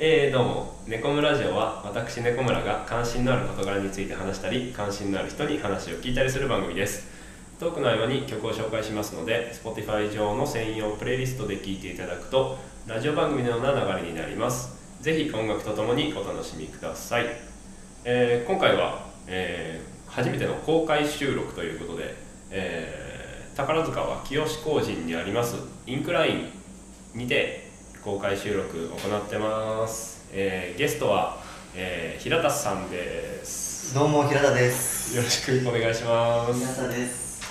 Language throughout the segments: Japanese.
えー、どうも「猫村ジオ」は私猫村が関心のある事柄について話したり関心のある人に話を聞いたりする番組ですトークの合間に曲を紹介しますので Spotify 上の専用プレイリストで聴いていただくとラジオ番組のような流れになりますぜひ音楽とともにお楽しみください、えー今回は、えー初めての公開収録ということで、えー宝塚は清志工人にありますインクラインにて公開収録行ってます、えーゲストは、えー平田さんですどうも平田です。よろしくお願いします田です。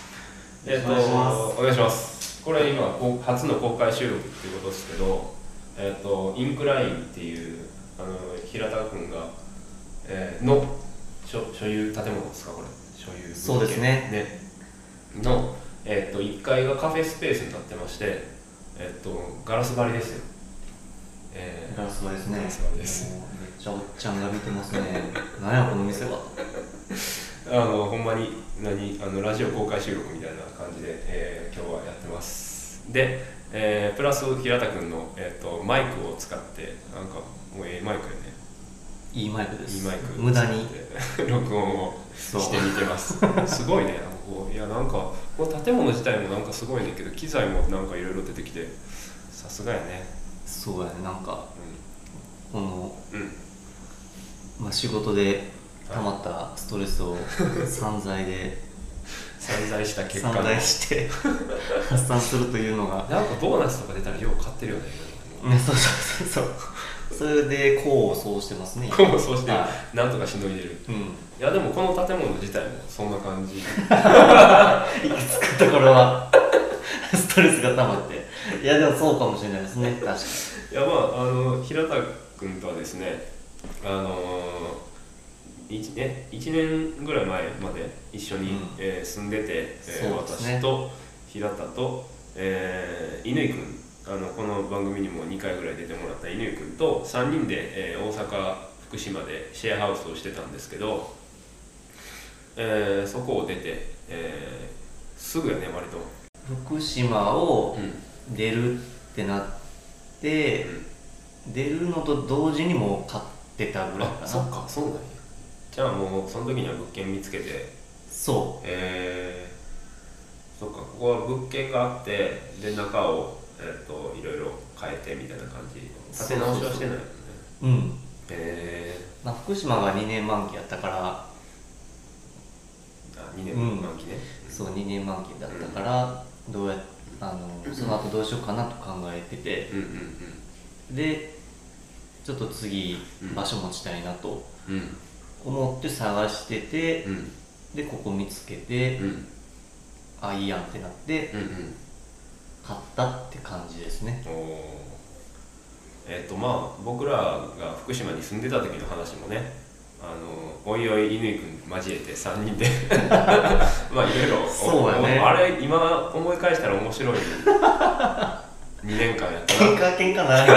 えっと、お願いしますお願いします。これ今こう初の公開収録っていうことですけど、えっとインクラインっていうあの平田君が、えーの所所有建物ですかこれ所有物件そうですね。のえっと1階がカフェスペースになってまして、えっとガラス張りですよ。えーガラス張りですね。ガラス張りですもうめっちゃおっちゃんが見てますね。なんやこの店は。あのほんまに何あのラジオ公開収録みたいな感じで、えー今日はやってますで、えープラス平田君の、えー、とマイクを使ってなんかもうええマイクやねいいマイクです。いいマイク無駄に。使って 録音をそうしてみてます すごいねここいやなんかこの建物自体もなんかすごいねんけど機材もなんかいろいろ出てきてさすがやねそうやね。なんかこのうん、うん、まあ仕事で溜まったストレ スを散財で散財した結果散の財して発散するというのが。なんかボーナスとか出たらよう買ってるよねね、そうそうそうそう。それで功を奏し てますね。こうもそうしてはなんとかしのいでるいうん。いやでもこの建物自体もそんな感 じいつ作った頃は ストレスが溜まっていやでもそうかもしれないですね確かにいやまああの平田君とはですねあのー、1, ね一年ぐらい前まで一緒に、うんえー住んでて、えーそうですね私と平田とえー乾君、あのこの番組にも2回ぐらい出てもらった乾君と3人で、えー大阪福島でシェアハウスをしてたんですけど、えーそこを出て、えーすぐやね割と。福島をうん出るってなって、出るのと同時にもう買ってたぐらいかなあそっかそうなんやじゃあもうその時には物件見つけてそえー、そっかここは物件があってで中を、えっといろいろ変えてみたいな感じそう建て直しはしてないよねううん、へえまあ、福島が2年満期やったからー、あ2年うん満期ね、そう2年満期だったからどうやあのその後どうしようかなと考えててうん、うんでちょっと次うん場所持ちたいなとうんうん思って探してて、うんでここ見つけて、うんうんあいいやんってなってうん買ったって感じですねおおえっ、とまあ僕らが福島に住んでた時の話もねあのおいおい乾君交えて3人で まあいろいろおそうやねおあれ今思い返したら面白い2年間やった喧嘩喧嘩ならへんな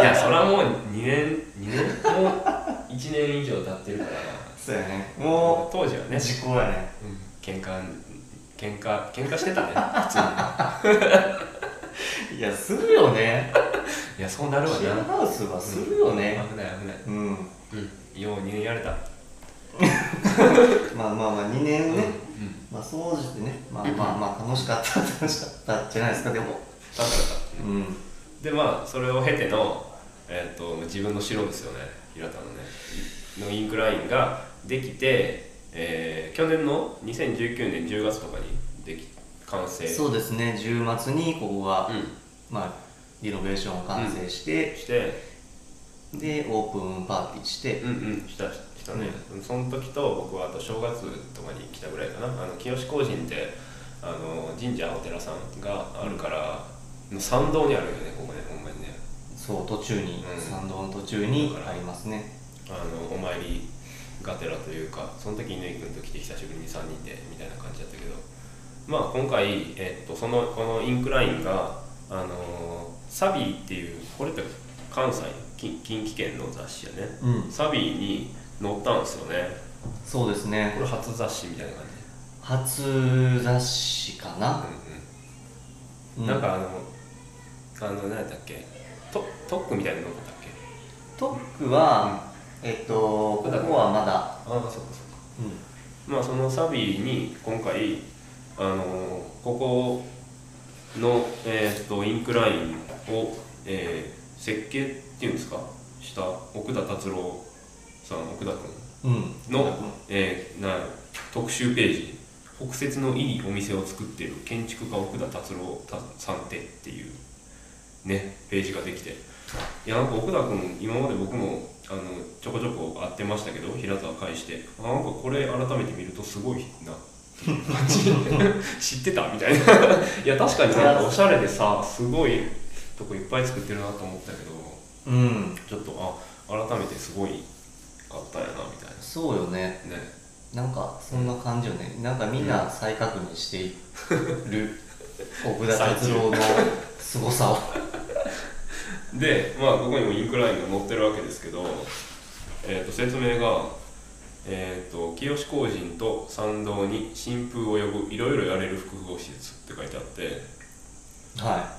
いやそれはもう2年2年もう1年以上経ってるからそうやね当も時はうね、時効やねうん、喧嘩喧嘩喧嘩してたね普通にいやするよねいやそうなるわな シェアハウスはするよね危ない危ないうん、うんよう2年やれたまあまあまあ2年ね、うんまあ総じてねまあまあまあ楽しかった楽しかったじゃないですかでも楽しかっうんたでまあそれを経ての、えー、と自分の城ですよね平田のねのインクラインができて、えー去年の2019年10月とかにでき完成そうですね10月にここが、うまあリノベーション完成してん、、してでオープンパーティーして、うんうんしたしたね、その時と僕はあと正月とかに来たぐらいかなあの清志工人ってあの神社お寺さんがあるから、の参道にあるよねここねほんまにねそう途中に、うん参道の途中にありますねあのお参りがてらというかその時乾君と来て久しぶりに3人でみたいな感じだったけどまあ今回、えっと、そのこのインクラインが、あのサビーっていうこれって関西近近畿圏の雑誌やねうんサビーに載ったんですよねそうですねこれ初雑誌みたいな感じ初雑誌かな、うんうん、なんかあのあの何やったっけトトックみたいなのだったっけトックは、えっとここはまだ、ああそうかそうかまあそのサビに今回あのここの、えーっとインクラインを、えー設計っていうんですかした奥田達郎さん奥田君うん、うん、の、えーな特集ページ「北節のいいお店を作っている建築家奥田達郎さんて」っていうねページができていやなんか奥田君今まで僕もあのちょこちょこ会ってましたけど平田会してあなんかこれ改めて見るとすごいなっていう感じ 知ってたみたいないや確かになんかおしゃれでさすごいとこいっぱい作ってるなと思ったけどうん、ちょっとあ改めてすごいあったんやなみたいそうよねなねなんかそんな感じよねなんかみんな再確認してい る奥田達郎の凄さをで、まあ、ここにもインクラインが載ってるわけですけど、えー、と説明が、えーと「清志工人と参道に新風を呼ぶいろいろやれる複合施設」って書いてあっては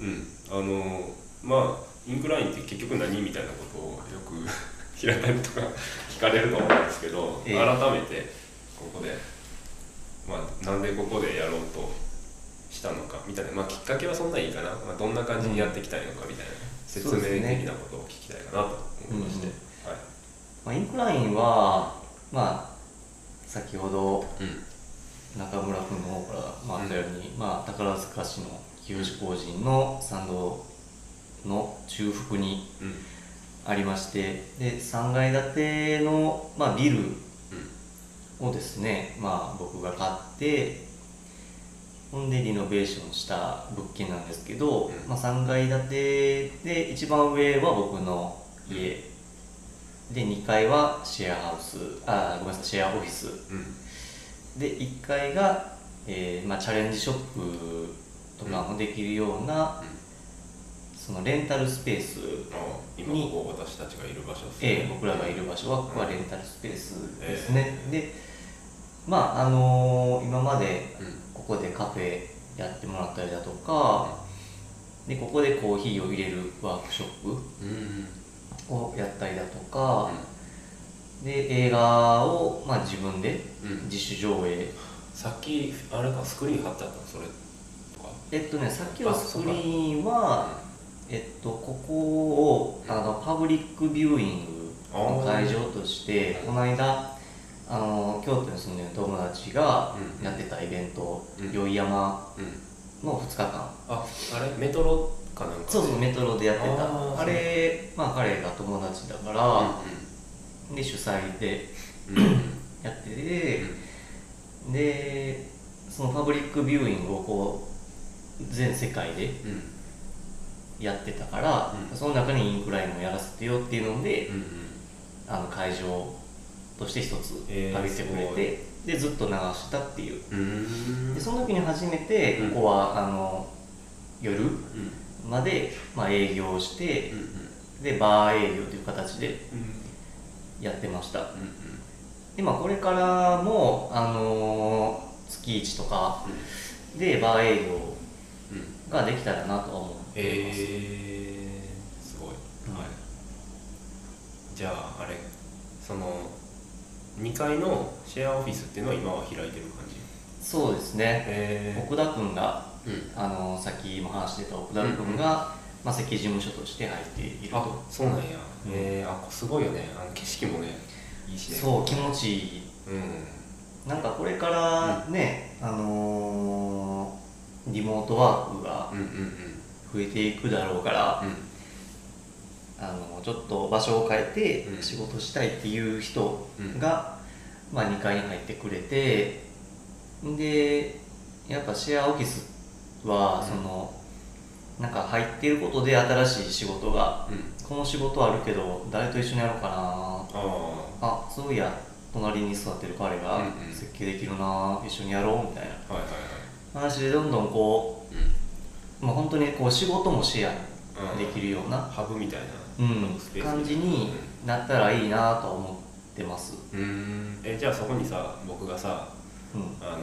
うんあのまあインクラインって結局何みたいなことをよく平田にとか聞かれると思うんですけど、ええ改めてここで、まあ、なんでここでやろうとしたのかみたいな、まあ、きっかけはそんなにいいかな、まあ、どんな感じにやっていきたいのかみたいな、説そう明ですね的なことを聞きたいかなと思いまして、うん、はいまあ、インクラインはまあ先ほどい、中村君の方からまああったように、まあ、宝塚市の清志工人の参道の中腹にうんうんありましてで3階建ての、まあ、ビルをですね、まあ、僕が買ってほんでリノベーションした物件なんですけど、うんまあ、3階建てで一番上は僕の家で2階はシェアハウスあごめんなさいシェアオフィスうんで1階が、えーまあ、チャレンジショップとかもできるような、そのレンタルスペース、ああ今にここ私たちがいる場所ですえー僕らがいる場所はここはレンタルスペースですね、でまああのー今までうんここでカフェやってもらったりだとかでここでコーヒーを入れるワークショッうんうんプをやったりだとか、で映画を、まあ、自分でうん自主上映、さっきあれかスクリーン貼ってあったのそれとかえっとねさっきのあスクリーンはえっと、ここをあのパブリックビューイングの会場としてこの間あの京都に住んでる友達がうんやってたイベントうん「宵、山うん」の2日間ああれメトロかなんかそうそうメトロでやってたああーれまあ彼が友達だかうら、んで主催でうんうんやっててでそのパブリックビューイングをこう全世界でうんうんやってたから、うんその中にインクラインもやらせてよっていうので、うんうんあの会場として一つえー借りてくれて、でずっと流したっていううーんでその時に初めてうんここは、あの夜うんまで、まあ、営業してうんうんでバー営業という形でうんやってましたうんでまあこれからも、あのー月1とかでバー営業うんうんができたらなとは思っています、えー、すごい、うんはいじゃああれその2階のシェアオフィスっていうのは今は開いてる感じそうですねへ奥田君がえうんあのさっきも話してた奥田君が、まあ、設計事務所として入っているあとそうなんや、うんえー、あすごいよねあの景色もねいいしねそう気持ちいいうんなんかこれからね、あのーリモートワークがうんうん増えていくだろうから、うあのちょっと場所を変えうんて仕事したいっていう人が、まあ、2階に入ってくれてでやっぱシェアオフィスはうんその、なんか入ってることで新しい仕事がんうんうんこの仕事あるけど誰と一緒にやろうかなあああそういや隣に座ってる彼がうんうん設計できるな一緒にやろうみはいたいなはいは話でどんどんこい、うん、う、まあ、本当にこう仕事もシェアできるような、ハブみたいなうんスペース感じになったらいいなとは思ってます、うーんえじゃあそこにさ僕がさうんあの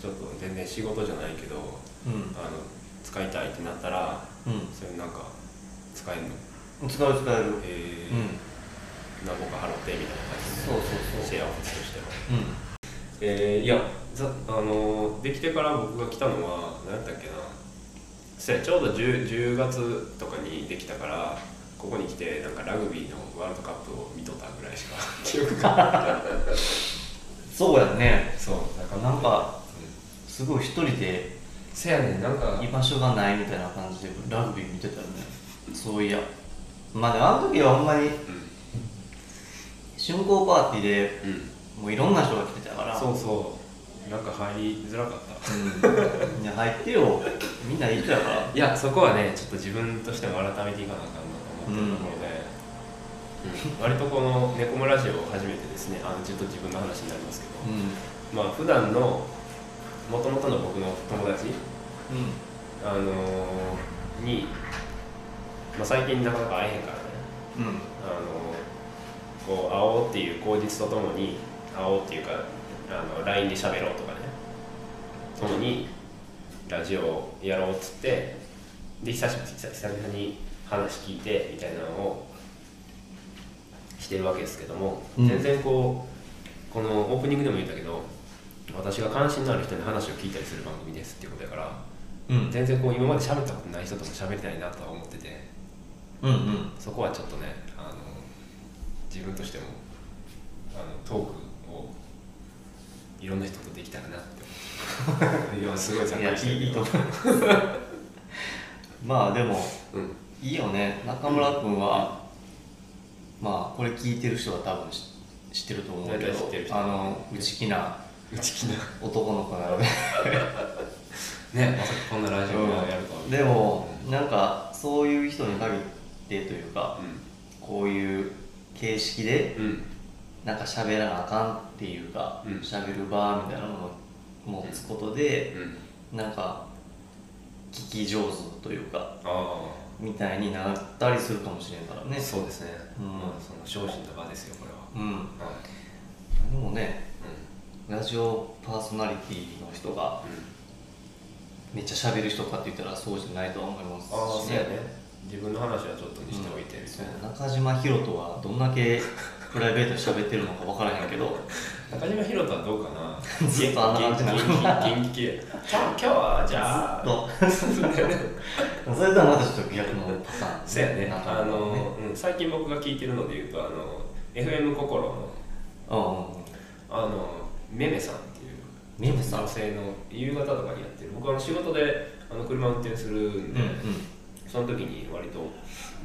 ちょっと全然仕事じゃないけどうんあの使いたいってなったらうん、そういうなんか使えるのへ使う使えるうんえ何個か払ってみたいな感じでそうそうシそうェアオフィスとしてはうえー、いやざあのーできてから僕が来たのは何やったっけなせやちょうど 10, 10月とかにできたからここに来てなんかラグビーのワールドカップを見とったぐらいしか記憶がんそうやねそうだらなんかうんすごい一人でせやねんなんか居場所がないみたいな感じでラグビー見てたよねそういやまあでもあの時はほんまにう竣工パーティーでん、うん、もういろんな人が来てたからそうそうなんか入りづらかったうん、いや入ってよみんないい人やからいやそこはねちょっと自分としても改めていかなあかんなと思ってるところで、うん割とこの「猫村ラジオ」を初めてですねあのちょっと自分の話になりますけど、うまあ普段のもともとの僕の友達、んうんあのーに、まあ、最近なかなか会えへんからね、うんあのーこう会おうっていう口実とともに会おうっていうかあの LINE で喋ろうとかねともにラジオをやろうっつってで久しぶり久久々に話聞いてみたいなのをしてるわけですけども、うん全然こうこのオープニングでも言ったけど私が関心のある人に話を聞いたりする番組ですっていうことだからうん全然こう今まで喋ったことない人とも喋りたいなとは思っててうんうんそこはちょっとねあの自分としてもあのトークをいろんな人とできたらなって思って いやすごいい参や加していいるいいと思いますまあでもうんいいよね中村君は、まあこれ聞いてる人は多分し知ってると思うけ大ど体知ってる人あの内気な内気な男の子なのでねまさかこんなラジオをやるとは、うん、でもなんかそういう人に限ってというかこういう形式でうんうんなんか喋らなあかんっていうかうん喋、る場みたいなのを持つことで、うんなんか聞き上手というかあみたいになったりするかもしれんからあ、ねそうですね、うんまあその精進とかですよこれは、うんはいでもねラジオパーソナリティの人がうんうん、めっちゃ喋る人かって言ったらそうじゃないとは思いますしああそうやね自分の話はちょっとにしておいてみたいな、そう中島ひろとはどんだけ プライベートで喋ってるのか分からへんけど中島ひろとはどうか なずっとあんな感じなの元気元気元気系 今日はじゃあと それとはまたちょっと逆のパターンそうやねなんかあの、うん最近僕が聞いてるので言うとあの FM 心のうんうんあのめめさんっていうめめさん女性の夕方とかにやってる僕はあの仕事であの車運転するんで、その時に割と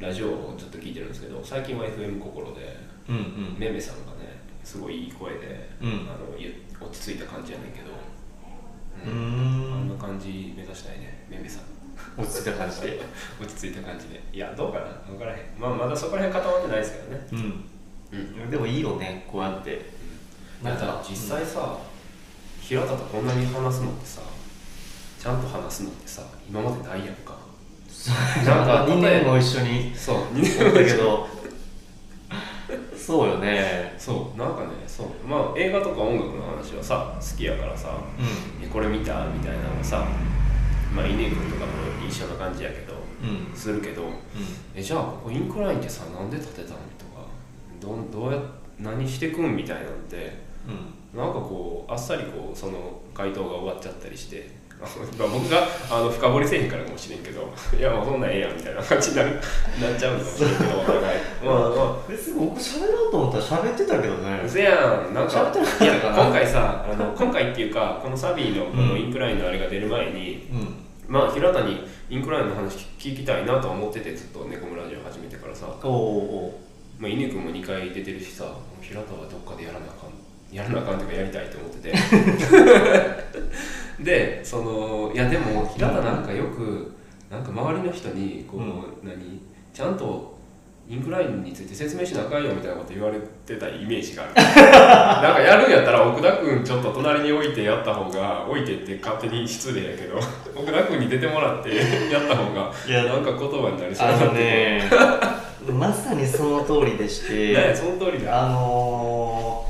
ラジオをちょっと聞いてるんですけど最近は FM 心でうんうんめめさんがねすごいいい声で、うんあのゆ落ち着いた感じやねんけど、ううんあんんな感じ目指したいねめめさん落ち着いた感じで落ち着いた感じでいやどうかな分からへん、まあ、まだそこら辺固まってないですけどねうんうんでもいいよねこうやってなんか実際さ、平田とこんなに話すのってさちゃんと話すのってさ今までないやんかなんか2年も一緒にそう2お年っだたけけどどそうよ ねそうなんかねそうまあ映画とか音楽の話はさ好きやからさうえこれ見たみたいなのさまあ稲井君とかも一緒な感じやけどんうんするけどえじゃあここインクラインってさなんで建てたのとかどんどうや何してくんみたいなんてうなんかこうあっさりこうその回答が終わっちゃったりして あのまあ僕があの深掘りせえへんからかもしれんけどいやまあそんなんええやんみたいな感じになる なっちゃうのかもしれんけどお互いまあまん別に僕喋ろうと思ったら喋ってたけどねあせやんなん喋かってなかったいかなや今回さあの今回っていうかこのサビーのこのインクラインのあれが出る前に、うんまあ平田にインクラインの話聞きたいなとは思っててずっと猫村ラジオ始めてからさおおまあ、犬君も2回出てるしさ平田はどっかでやらなあかんやらなあかんというかやりたいと思っててでそのいやでも平田なんかよくなんか周りの人にこう、うん何ちゃんとインクラインについて説明しなあかんよみたいなこと言われてたイメージが あるなんかやるんやったら奥田君ちょっと隣に置いてやった方が置いてって勝手に失礼やけど奥田君に出てもらってやった方がいやなんか言葉になりそうあだなのって ねまさにその通りでしねてその通りだあの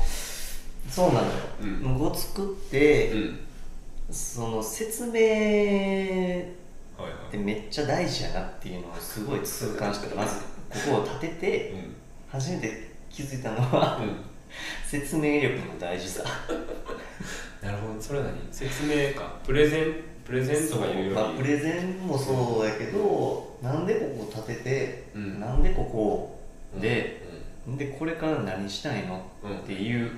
ー、そうなのよ、うん無語作っうて、んその説明はいはいってめっちゃ大事やなっていうのをすごい痛感してまずここを立てて初めて気づいたのはうん、説明力の大事さなるほどそれは何説明かプレゼンプレゼンとかいうよりまあプレゼンもそうやけどなんでここ立てて、うんなんでここで、、でこれから何したいのうんうんっていう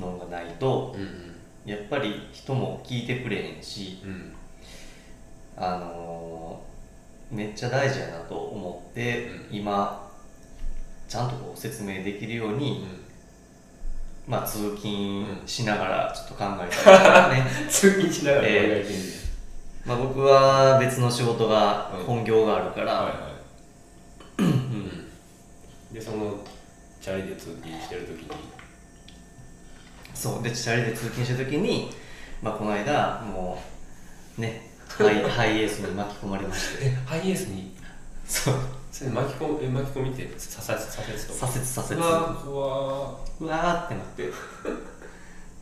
のがないとうんやっぱり人も聞いてくれへんしうんうんあのーめっちゃ大事やなと思って、うん今ちゃんとこう説明できるように、まあ、通勤しながらちょっと考えたりとかね、 通勤しながら考えてまあ僕は別の仕事が本業があるかはら、いはいうんでそのチャリで通勤してる時にそうでチャリで通勤した時に、まあ、この間もうねハイハイエースに巻き込まれま してえハイエースにそうそれ巻き込むえ巻き込みって左折左折とか左折左折うわー怖うわーってな って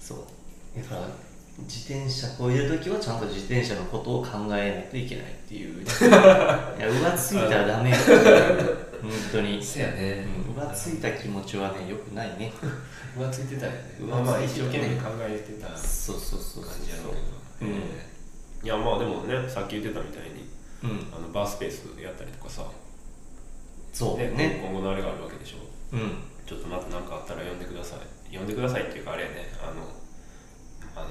そうだから自転車こういう時はちゃんと自転車のことを考えないといけないっていうい や浮ついたらダメよ本当にーせやねうん浮ついた気持ちはねよくない ね浮ついてたよね浮ついてたねまあまあ一生懸命考えてた感そうそうそうそうじやろうけうどんいやまあでもねさっき言ってたみたいにうんあのバースペースやったりとかさそうでね今後のあれがあるわけでしょうんちょっとまた何かあったら呼んでください呼んでくださいっていうかあれやねあのあの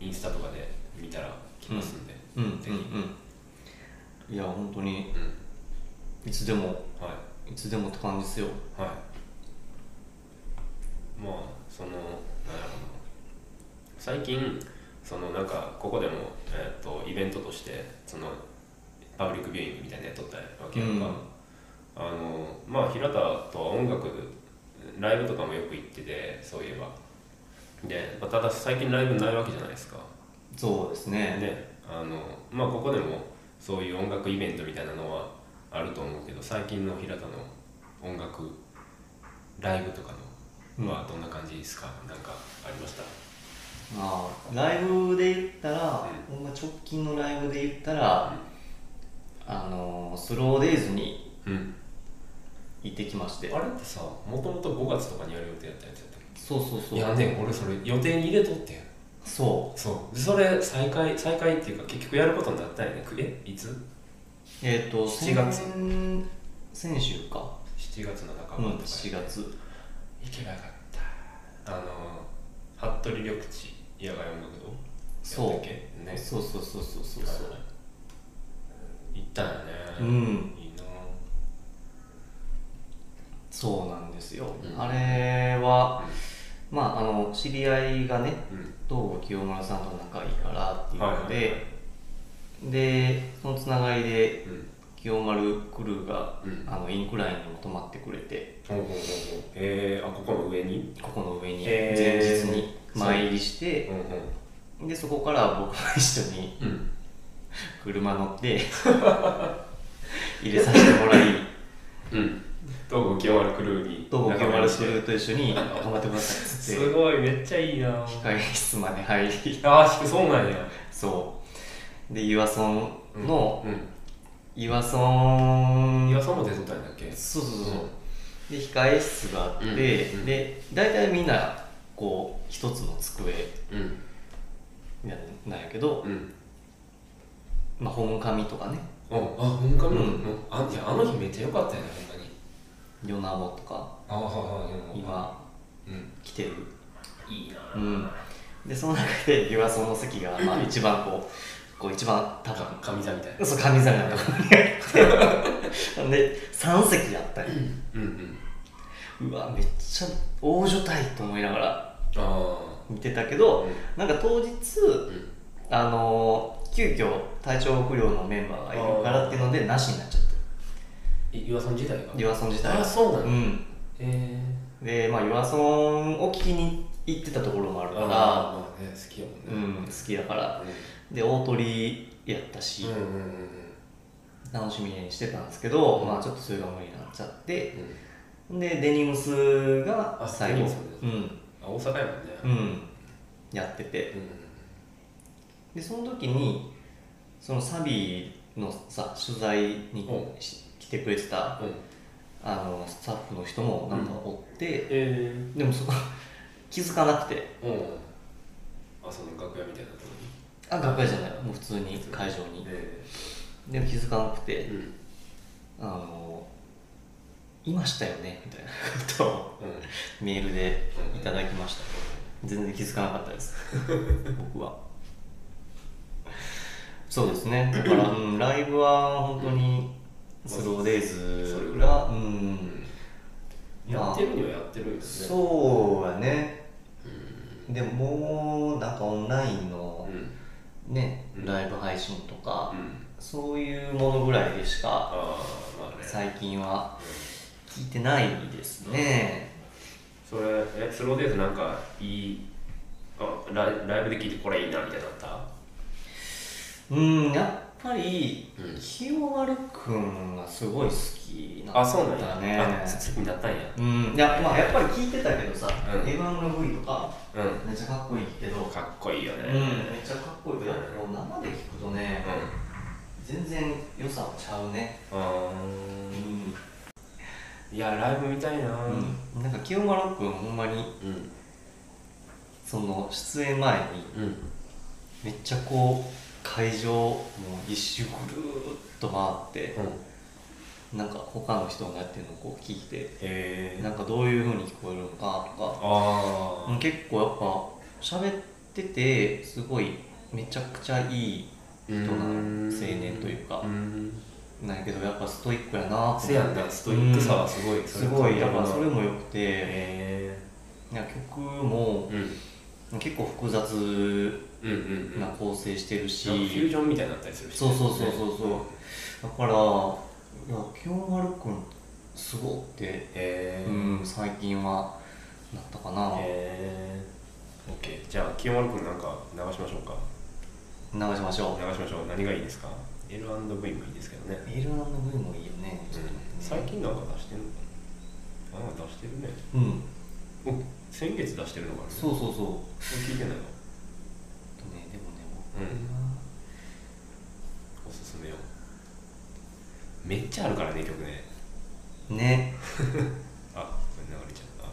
インスタとかで見たら来ますんでうんうんぜひうんいや本当にうんいつでもはいいつでもって感じですよはいまあそのなんやろうな最近そのなんかここでも、えー、とイベントとしてそのパブリックビューイングみたいなやっとったわけやんか、うんあのまあ平田とは音楽ライブとかもよく行っててそういえばで、まあ、ただ最近ライブないわけじゃないですかそうですねねあのまあここでもそういう音楽イベントみたいなのはあると思うけど最近の平田の音楽ライブとかのはどんな感じですか、なんかありましたまあライブで言ったら、ほんま直近のライブで言ったら、あのスローデイズにうん行ってきましてあれってさもともと5月とかにやる予定だったやつやったっそうそうそけういやねん俺それ予定に入れとってんそそうでそれ再開再開っていうか結局やることになったんやねくえいつうえっ、と7月先先週か ?7 月の半うばんとか7月行けばよかったあの服部緑地野外音楽堂そうやったっけねそうそうそうそうそうはいそう行ったんやねうんいいなそうなんですよ、うんあれはまああの知り合いがねうん東郷清村さんと仲いいからっていうので、はいはいはでそのつながりでうん清丸クルーが、うんあのインクラインにも泊まってくれてほうほうほうほうえー、あここの上にここの上にへー前日に前入りして、んでそこから僕は一緒にうんうん車乗って入れさせてもらいうん東郷清丸クルーに東郷清仲間丸入りしクてルーと一緒に頑張ってくださいっつっすごいめっちゃいいなあて控え室まで入りあそうなんやそうで岩村の、うん岩村岩さんも出とったんだっけそうそうそう、で控え室があって、うんうんで大体みんなこう一つの机うんななんやけど、うんまあ本紙とかねあ、あ、本館の、うんうん、あいやあの日めっちゃ良かったよね、ほんまに。ヨナモとかああ、はいはい、今うん、来てるいいなうぁんでその中で岩村の席がまあ一番こうこう一番多分か神座みたいな。そう神座みたいなとこ にあってで3席あったりうんうん。うわめっちゃ大所帯と思いながらああ。見てたけうどんなんか当日あのー急遽体調不良のメンバーがいるからっていうのでなしになっちゃっえ岩さん自体がたユアソン自体あそうなの、へうんえでまあユアソンを聞きに行ってたところもあるかまあね好きやもんらうねん好きだからで大鳥やったし、うんうんうんうん楽しみにしてたんですけど、まあちょっとそれが無理になっちゃってうんでデニムスがあ最デ後ニムスうん、あ大阪やもんねうん、やっててうんでその時にそのサビのさ取材にうし来てくれてたうんあのスタッフの人もなんかおって、えでもそ こ気づかなくてー、うんあその楽屋みたいなとこあ楽屋じゃないもう普通に会場ろににえでも気づかなくて、えうんあのいましたよねみたいなと、うん、メールでいただきました全然気づかなかったです僕はそうですねだから、うん、ライブは本当にスローデイそれズぐらいがうんやってるにはやってるんですねそうやねでももうなんかオンラインのうんねうんライブ配信とかうんそういうものぐらいでしあかあまあね最近は聞いてないですねそれえスローデイズなんかいいあライライブで聞いてこれいいなみたいになったうんやっぱりうん清丸くんがすごい好きなんだあそうなんや、ねあ好きになったんやうんいやまあやっぱり聞いてたけどさうん A1 の V とかうめっちゃかっこいいけどんかっこいいよねうんめっちゃかっこいいけど生で聞くとねう全然良さはちゃうねんあうーんいやライブ見たいなうんうん、なんか清丸君ほんまにうんその出演前にうんめっちゃこう会場もう一周ぐるーっと回ってなんか他の人がやってるのをこう聞いてえなー、んかどういう風に聞こえるのかとかあうん結構やっぱ喋っててすごいめちゃくちゃいいー人なうん青年というかうんなんやけどやっぱストイックやなと思ってせやんなストイックさはすごい、うんそれすごいやっ感ぱじそたれなも良くてえいや曲もーうん結構複雑うんうんうんななんか構成してるし、フュージョンみたいになったりするしそうそうそうそうそうだからいや清丸くんすごって、えーうん、最近はなったかな、えー、オッケーじゃあ清丸くんなんか流しましょうか流しましょ流しましょう何がいいですか L&V もいいですけどねう L&V もいいよねちょっと最待って近ねなんか出してるのかなあなんか出してるねうんお先月出してるのかなそううそうそう聞いてないわとねでもね僕うんはおすすめよめっちゃあるからね曲ねねあこれ流れちゃったあ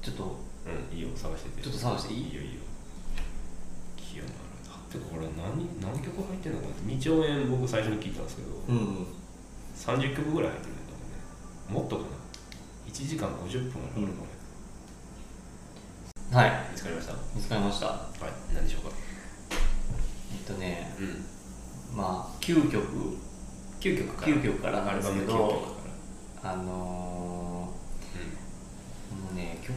ちょっとうんいいよ探しててちょっと探していいいいよいいよ清丸だってこれ何何曲入ってんのかな2兆円僕最初に聞いたんですけど、うんうん30曲ぐらい入ってるんだもんねもっとかな1時間50分ぐらいあるかもね、はい見つかりましたは見つかりましたい何でしょうかえっとねうんまあ9曲9曲から9曲からアなんルでバすムけ9曲どかあらのー、このね曲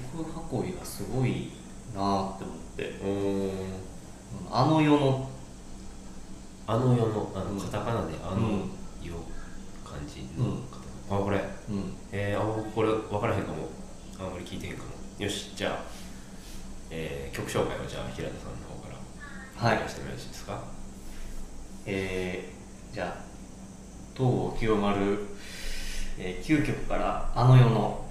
運びがすごいなーって思ってうんおーあの世のあの世のあうんのカタカナであのうん世漢字うのんカタカナあこれうんえー、あ僕これ分からへんかもあんまり聞いてへんかもよしじゃあ、えー曲紹介をじゃあ平田さんの方からはいお願してもよろしいですかえー、じゃあ東郷清丸、えー、9曲から「あの世の